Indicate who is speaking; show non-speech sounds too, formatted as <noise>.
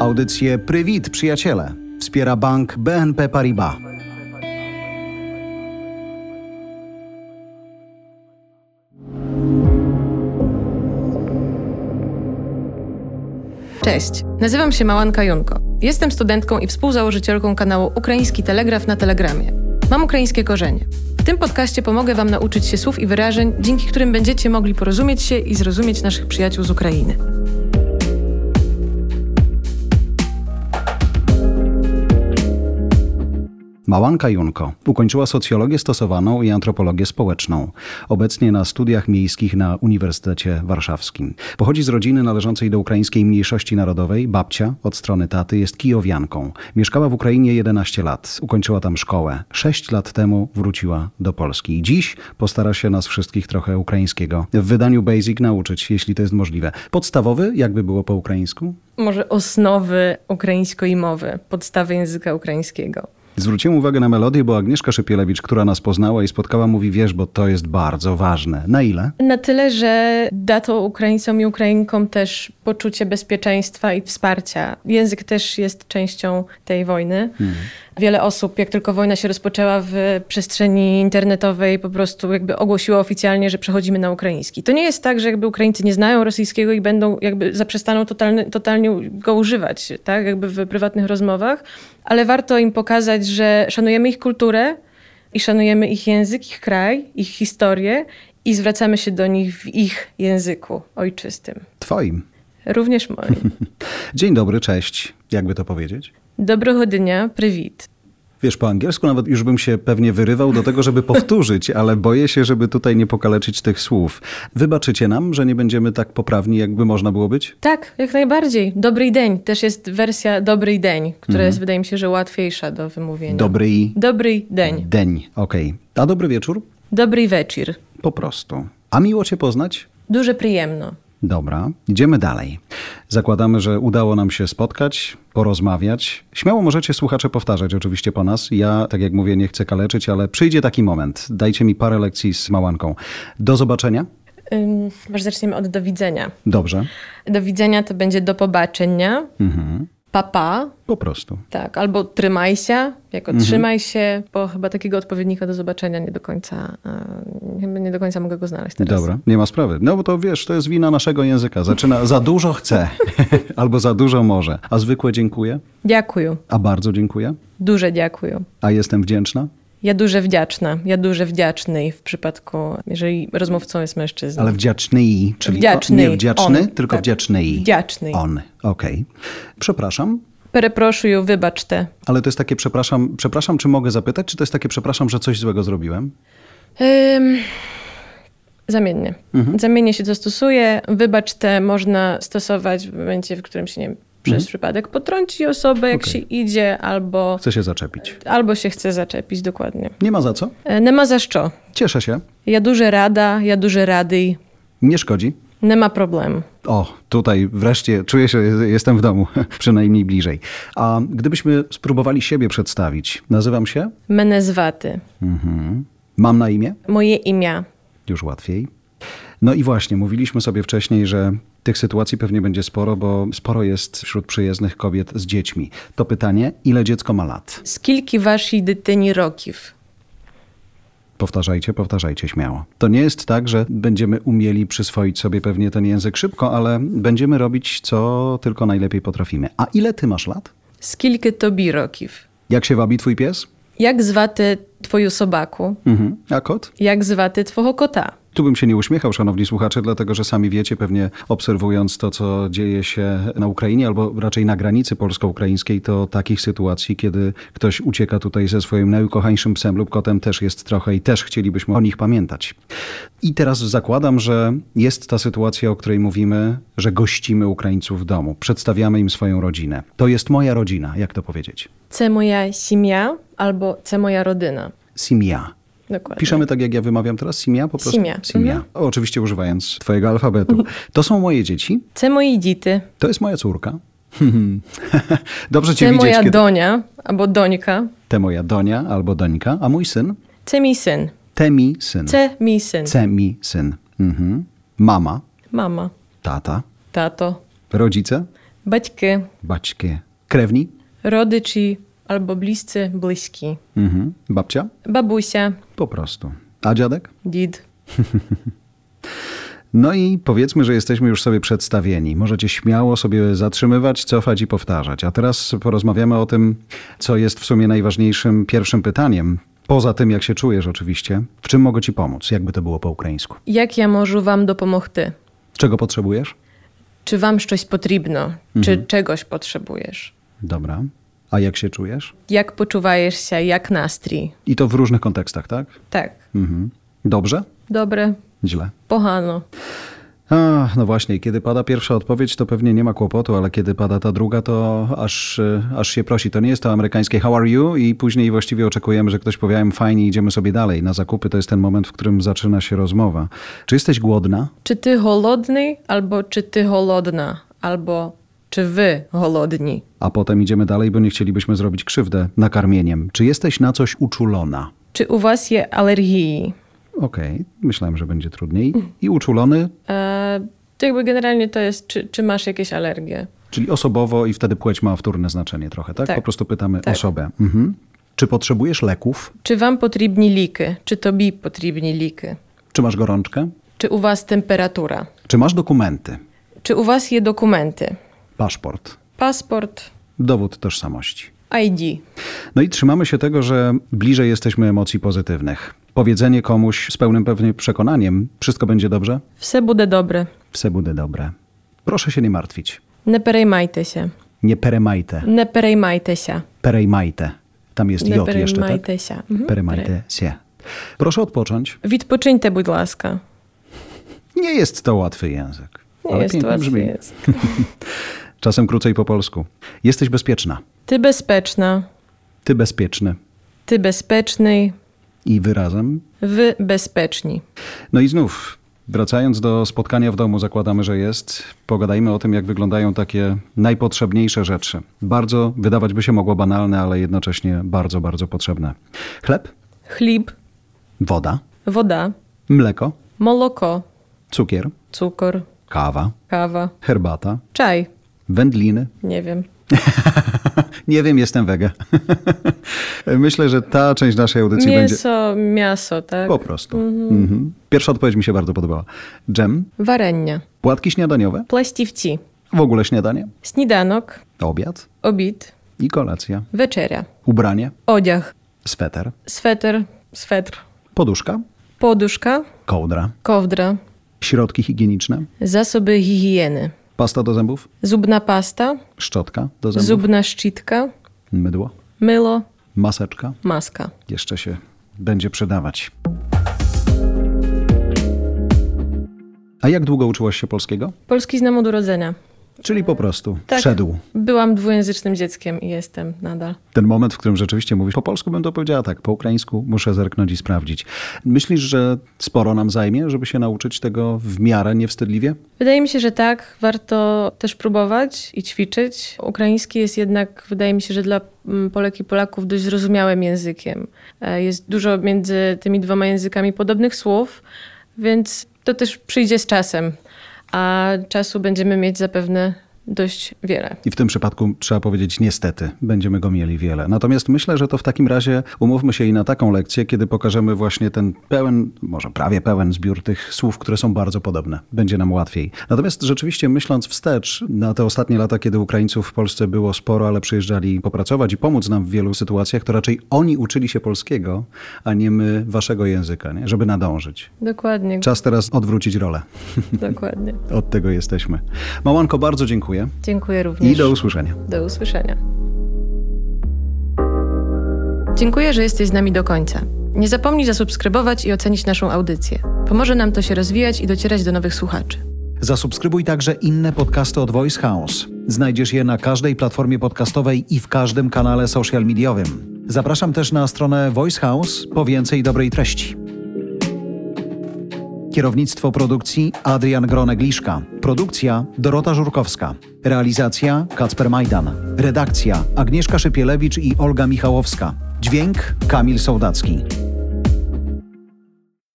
Speaker 1: Audycję Prywit Przyjaciele wspiera bank BNP Paribas.
Speaker 2: Cześć, nazywam się Małanka Junko. Jestem studentką i współzałożycielką kanału Ukraiński Telegraf na Telegramie. Mam ukraińskie korzenie. W tym podcaście pomogę Wam nauczyć się słów i wyrażeń, dzięki którym będziecie mogli porozumieć się i zrozumieć naszych przyjaciół z Ukrainy.
Speaker 1: Małanka Junko ukończyła socjologię stosowaną i antropologię społeczną. Obecnie na studiach miejskich na Uniwersytecie Warszawskim. Pochodzi z rodziny należącej do ukraińskiej mniejszości narodowej. Babcia od strony taty jest kijowianką. Mieszkała w Ukrainie 11 lat. Ukończyła tam szkołę. 6 lat temu wróciła do Polski. Dziś postara się nas wszystkich trochę ukraińskiego w wydaniu Basic nauczyć, jeśli to jest możliwe. Podstawowy, jakby było po ukraińsku?
Speaker 2: Może osnowy ukraińsko-imowy, podstawy języka ukraińskiego.
Speaker 1: Zwróciłem uwagę na melodię, bo Agnieszka Szypielewicz, która nas poznała i spotkała, mówi: Wiesz, bo to jest bardzo ważne. Na ile?
Speaker 2: Na tyle, że da to Ukraińcom i Ukrainkom też poczucie bezpieczeństwa i wsparcia. Język też jest częścią tej wojny. Wiele osób, jak tylko wojna się rozpoczęła w przestrzeni internetowej, po prostu jakby ogłosiło oficjalnie, że przechodzimy na ukraiński. To nie jest tak, że jakby Ukraińcy nie znają rosyjskiego i będą jakby zaprzestaną totalny, totalnie go używać, tak, jakby w prywatnych rozmowach, ale warto im pokazać, że szanujemy ich kulturę, i szanujemy ich język, ich kraj, ich historię i zwracamy się do nich w ich języku ojczystym,
Speaker 1: Twoim. <laughs>
Speaker 2: również moim.
Speaker 1: Dzień dobry, cześć. Jakby to powiedzieć?
Speaker 2: Dobrogo dnia, prywit.
Speaker 1: Wiesz, po angielsku nawet już bym się pewnie wyrywał do tego, żeby powtórzyć, <laughs> ale boję się, żeby tutaj nie pokaleczyć tych słów. Wybaczycie nam, że nie będziemy tak poprawni, jakby można było być?
Speaker 2: Tak, jak najbardziej. Dobry dzień. Też jest wersja dobry dzień, która jest, wydaje mi się, że łatwiejsza do wymówienia.
Speaker 1: Dobry i
Speaker 2: Dobry dzień.
Speaker 1: deń. Okej. A dobry wieczór?
Speaker 2: Dobry wieczór.
Speaker 1: Po prostu. A miło Cię poznać?
Speaker 2: Duże przyjemno.
Speaker 1: Dobra, idziemy dalej. Zakładamy, że udało nam się spotkać, porozmawiać. Śmiało możecie słuchacze powtarzać oczywiście po nas. Ja, tak jak mówię, nie chcę kaleczyć, ale przyjdzie taki moment. Dajcie mi parę lekcji z małanką. Do zobaczenia.
Speaker 2: Ym, może zaczniemy od do widzenia.
Speaker 1: Dobrze.
Speaker 2: Do widzenia to będzie do pobaczenia,
Speaker 1: Mhm.
Speaker 2: papa,
Speaker 1: Po prostu.
Speaker 2: Tak, albo trymaj się, jako
Speaker 1: Mhm.
Speaker 2: trzymaj się, bo chyba takiego odpowiednika do zobaczenia nie do końca, e, chyba nie do końca mogę go znaleźć teraz.
Speaker 1: Dobra, nie ma sprawy. No bo to wiesz, to jest wina naszego języka. Zaczyna za dużo chce <laughs> albo za dużo może. A zwykłe dziękuję,
Speaker 2: Dziękuję,
Speaker 1: a bardzo dziękuję,
Speaker 2: duże dziękuję.
Speaker 1: a jestem wdzięczna.
Speaker 2: Ja duże wdzięczna, ja duże wdzięczny w przypadku, jeżeli rozmówcą jest mężczyzna.
Speaker 1: Ale wdzięczny i, czyli
Speaker 2: Wdzięczny,
Speaker 1: nie wdzięczny,
Speaker 2: on,
Speaker 1: tylko
Speaker 2: tak.
Speaker 1: wdzięczny i.
Speaker 2: Wdzięczny.
Speaker 1: On, okej. Przepraszam,
Speaker 2: Pereproszuję, wybacz te.
Speaker 1: ale to jest takie przepraszam, przepraszam, czy mogę zapytać, czy to jest takie przepraszam, że coś złego zrobiłem?
Speaker 2: Ym... Zamiennie.
Speaker 1: Mhm.
Speaker 2: Zamiennie się to stosuje. Wybacz te można stosować w momencie, w którym się nie wiem, przez przypadek potrąci osobę, jak
Speaker 1: Mhm. Okej.
Speaker 2: się idzie, albo,
Speaker 1: Chcę się zaczepić.
Speaker 2: albo się chce zaczepić dokładnie.
Speaker 1: Nie ma za co.
Speaker 2: E, Нема за що.
Speaker 1: Cieszę się.
Speaker 2: Я дуже рада, я дуже радий.
Speaker 1: Nie szkodzi.
Speaker 2: Нема проблем.
Speaker 1: O, tutaj wreszcie czuję się, jestem w domu, <laughs> przynajmniej bliżej. A gdybyśmy spróbowali siebie przedstawić, nazywam się,
Speaker 2: Мене звати.
Speaker 1: mhm. mam na imię,
Speaker 2: Моє ім'я.
Speaker 1: już łatwiej. No i właśnie, mówiliśmy sobie wcześniej, że tych sytuacji pewnie będzie sporo, bo sporo jest wśród przyjezdnych kobiet z dziećmi. To pytanie, ile dziecko ma lat?
Speaker 2: Скільки вашій дитині років?
Speaker 1: Powtarzajcie, powtarzajcie śmiało. To nie jest tak, że będziemy umieli przyswoić sobie pewnie ten język szybko, ale będziemy robić co tylko najlepiej potrafimy. A ile ty masz lat?
Speaker 2: Скільки тобі років?
Speaker 1: Jak się wabi twój pies?
Speaker 2: Як звати твою собаку?
Speaker 1: Mhm. A kot?
Speaker 2: Як звати твого кота?
Speaker 1: Tu bym się nie uśmiechał, szanowni słuchacze, dlatego że sami wiecie, pewnie obserwując to, co dzieje się na Ukrainie, albo raczej na granicy polsko-ukraińskiej, to takich sytuacji, kiedy ktoś ucieka tutaj ze swoim najukochańszym psem lub kotem, też jest trochę i też chcielibyśmy o nich pamiętać. I teraz zakładam, że jest ta sytuacja, o której mówimy, że gościmy Ukraińców w domu, przedstawiamy im swoją rodzinę. To jest moja rodzina, jak to powiedzieć?
Speaker 2: Це моя сім'я або це моя родина.
Speaker 1: Simia.
Speaker 2: Dokładnie.
Speaker 1: Piszemy tak, jak ja wymawiam teraz? Simia po prostu?
Speaker 2: Simia. Mhm.
Speaker 1: Oczywiście używając twojego alfabetu. To są moje dzieci,
Speaker 2: Це мої діти.
Speaker 1: to jest moja córka. <laughs> Dobrze cię
Speaker 2: Це
Speaker 1: widzieć,
Speaker 2: моя
Speaker 1: kiedy...
Speaker 2: доня або донька.
Speaker 1: Te moja Donia albo Dońka, a mój syn?
Speaker 2: Це мій син.
Speaker 1: Te mi syn.
Speaker 2: Це мій син.
Speaker 1: Ce mi syn. Mhm. Mama,
Speaker 2: Мама,
Speaker 1: tata,
Speaker 2: тато,
Speaker 1: rodzice,
Speaker 2: Baćky,
Speaker 1: Baćkie. Krewni?
Speaker 2: rodyči albo bliscy, bliski.
Speaker 1: Mhm. Babcia?
Speaker 2: Babusia,
Speaker 1: Po prostu. A dziadek?
Speaker 2: did.
Speaker 1: No i powiedzmy, że jesteśmy już sobie przedstawieni. Możecie śmiało sobie zatrzymywać, cofać i powtarzać. A teraz porozmawiamy o tym, co jest w sumie najważniejszym pierwszym pytaniem. Poza tym, jak się czujesz oczywiście, w czym mogę ci pomóc, jakby to było po ukraińsku.
Speaker 2: Jak ja możu wam dopomogty?
Speaker 1: Czego potrzebujesz?
Speaker 2: Czy wam coś potrzebno? Czy czegoś potrzebujesz?
Speaker 1: Dobra. A jak się czujesz?
Speaker 2: Jak poczuwajesz się? Jak nastrój?
Speaker 1: I to w różnych kontekstach, tak?
Speaker 2: Tak.
Speaker 1: Mhm. Dobrze?
Speaker 2: Dobre.
Speaker 1: Źle.
Speaker 2: Pohano.
Speaker 1: A, no właśnie, kiedy pada pierwsza odpowiedź, to pewnie nie ma kłopotu, ale kiedy pada ta druga, to aż, e, aż się prosi. To nie jest to amerykańskie how are you i później właściwie oczekujemy, że ktoś powie I'm fine i idziemy sobie dalej. Na zakupy to jest ten moment, w którym zaczyna się rozmowa. Czy jesteś głodna?
Speaker 2: Czy ty holodny? Albo czy ty holodna? Albo czy wy holodni?
Speaker 1: A potem idziemy dalej, bo nie chcielibyśmy zrobić krzywdę nakarmieniem. Czy jesteś na coś uczulona?
Speaker 2: Czy u was je alergii?
Speaker 1: Okej, myślałem, że będzie trudniej. I uczulony,
Speaker 2: E, to jakby generalnie to jest, czy, czy masz jakieś alergie?
Speaker 1: czyli osobowo i wtedy płeć ma wtórne znaczenie trochę, tak?
Speaker 2: Tak.
Speaker 1: Po prostu pytamy
Speaker 2: Tak.
Speaker 1: osobę. Mhm. Czy potrzebujesz leków?
Speaker 2: Czy wam potrzebni liki? Czy tobie potrzebni liki?
Speaker 1: Czy masz gorączkę?
Speaker 2: Czy u was temperatura?
Speaker 1: Czy masz dokumenty?
Speaker 2: Czy u was je dokumenty?
Speaker 1: Paszport,
Speaker 2: Paszport,
Speaker 1: dowód tożsamości.
Speaker 2: ID.
Speaker 1: No i trzymamy się tego, że bliżej jesteśmy emocji pozytywnych. Powiedzenie komuś z pełnym pewnie przekonaniem, wszystko będzie dobrze,
Speaker 2: Wse bude dobre.
Speaker 1: wse bude dobre. Proszę się nie martwić.
Speaker 2: Ne perejmajte się.
Speaker 1: Nie peremajte,
Speaker 2: Ne perejmajte się.
Speaker 1: perejmajte. Tam jest
Speaker 2: Ne
Speaker 1: jod jeszcze, tak?
Speaker 2: perejmajte się. Mhm.
Speaker 1: Peremajte się. Proszę odpocząć.
Speaker 2: Відпочиньте, будь ласка.
Speaker 1: Nie jest to łatwy język. No,
Speaker 2: Nie
Speaker 1: ale
Speaker 2: jest
Speaker 1: pięknie
Speaker 2: łatwy
Speaker 1: brzmi.
Speaker 2: język.
Speaker 1: <laughs> Czasem krócej po polsku. Jesteś bezpieczna.
Speaker 2: Ty bezpieczna,
Speaker 1: Ty bezpieczny.
Speaker 2: ty bezpieczny,
Speaker 1: I wyrazem
Speaker 2: wy bezpieczni.
Speaker 1: No i znów, wracając do spotkania w domu, zakładamy, że jest, pogadajmy o tym, jak wyglądają takie najpotrzebniejsze rzeczy. Bardzo, wydawać by się mogło banalne, ale jednocześnie bardzo, bardzo potrzebne. Chleb,
Speaker 2: Chlib,
Speaker 1: woda,
Speaker 2: woda,
Speaker 1: mleko,
Speaker 2: молоко,
Speaker 1: cukier,
Speaker 2: cukor,
Speaker 1: kawa,
Speaker 2: kawa,
Speaker 1: herbata,
Speaker 2: czaj.
Speaker 1: wędliny.
Speaker 2: Nie wiem.
Speaker 1: Nie wiem, jestem wege. <laughs> Myślę, że ta część naszej audycji będzie
Speaker 2: Mięso, miaso, tak?
Speaker 1: po prostu. Mhm. Pierwsza odpowiedź mi się bardzo podobała. Dżem,
Speaker 2: Warenia,
Speaker 1: płatki śniadaniowe,
Speaker 2: пластівці,
Speaker 1: w ogóle śniadanie,
Speaker 2: сніданок,
Speaker 1: obiad
Speaker 2: обід,
Speaker 1: i kolacja.
Speaker 2: вечеря,
Speaker 1: Ubranie,
Speaker 2: одяг,
Speaker 1: sweter,
Speaker 2: светр, светр,
Speaker 1: poduszka,
Speaker 2: подушка,
Speaker 1: kołdra,
Speaker 2: ковдра,
Speaker 1: środki higieniczne,
Speaker 2: засоби гігієни,
Speaker 1: pasta do zębów,
Speaker 2: зубна паста,
Speaker 1: szczotka do zębów,
Speaker 2: зубна щітка,
Speaker 1: mydło,
Speaker 2: мило,
Speaker 1: maseczka.
Speaker 2: маска.
Speaker 1: Jeszcze się będzie przydawać. A jak długo uczyłaś się polskiego?
Speaker 2: Polski znam od urodzenia.
Speaker 1: Czyli po prostu
Speaker 2: Tak.
Speaker 1: wszedł.
Speaker 2: Byłam dwujęzycznym dzieckiem i jestem nadal.
Speaker 1: Ten moment, w którym rzeczywiście mówisz po polsku, bym to powiedziała tak, po ukraińsku muszę zerknąć i sprawdzić. Myślisz, że sporo nam zajmie, żeby się nauczyć tego w miarę niewstydliwie?
Speaker 2: Wydaje mi się, że tak. Warto też próbować i ćwiczyć. Ukraiński jest jednak, wydaje mi się, że dla mm, Polek i Polaków dość zrozumiałym językiem. E, Jest dużo między tymi dwoma językami podobnych słów, więc to też przyjdzie z czasem. A czasu będziemy mieć zapewne dość wiele.
Speaker 1: I w tym przypadku trzeba powiedzieć niestety, będziemy go mieli wiele. Natomiast myślę, że to w takim razie umówmy się i na taką lekcję, kiedy pokażemy właśnie ten pełen, może prawie pełen zbiór tych słów, które są bardzo podobne. Będzie nam łatwiej. Natomiast rzeczywiście myśląc wstecz, na te ostatnie lata, kiedy Ukraińców w Polsce było sporo, ale przyjeżdżali popracować i pomóc nam w wielu sytuacjach, to raczej oni uczyli się polskiego, a nie my waszego języka, nie? żeby nadążyć.
Speaker 2: Dokładnie,
Speaker 1: Czas teraz odwrócić rolę.
Speaker 2: dokładnie.
Speaker 1: Od tego jesteśmy. Małanko, bardzo dziękuję
Speaker 2: Dziękuję również.
Speaker 1: i do usłyszenia.
Speaker 2: Do usłyszenia. Dziękuję, że jesteś z nami do końca. Nie zapomnij zasubskrybować i ocenić naszą audycję. Pomoże nam to się rozwijać i docierać do nowych słuchaczy.
Speaker 1: Zasubskrybuj także inne podcasty od Voice House. Znajdziesz je na każdej platformie podcastowej i w każdym kanale social mediowym. Zapraszam też na stronę Voice House po więcej dobrej treści. Kierownictwo produkcji Adrian Gronegliszka. Produkcja Dorota Żurkowska. Realizacja Kacper Majdan. Redakcja Agnieszka Szypielewicz i Olga Michałowska. Dźwięk Kamil Sołdacki.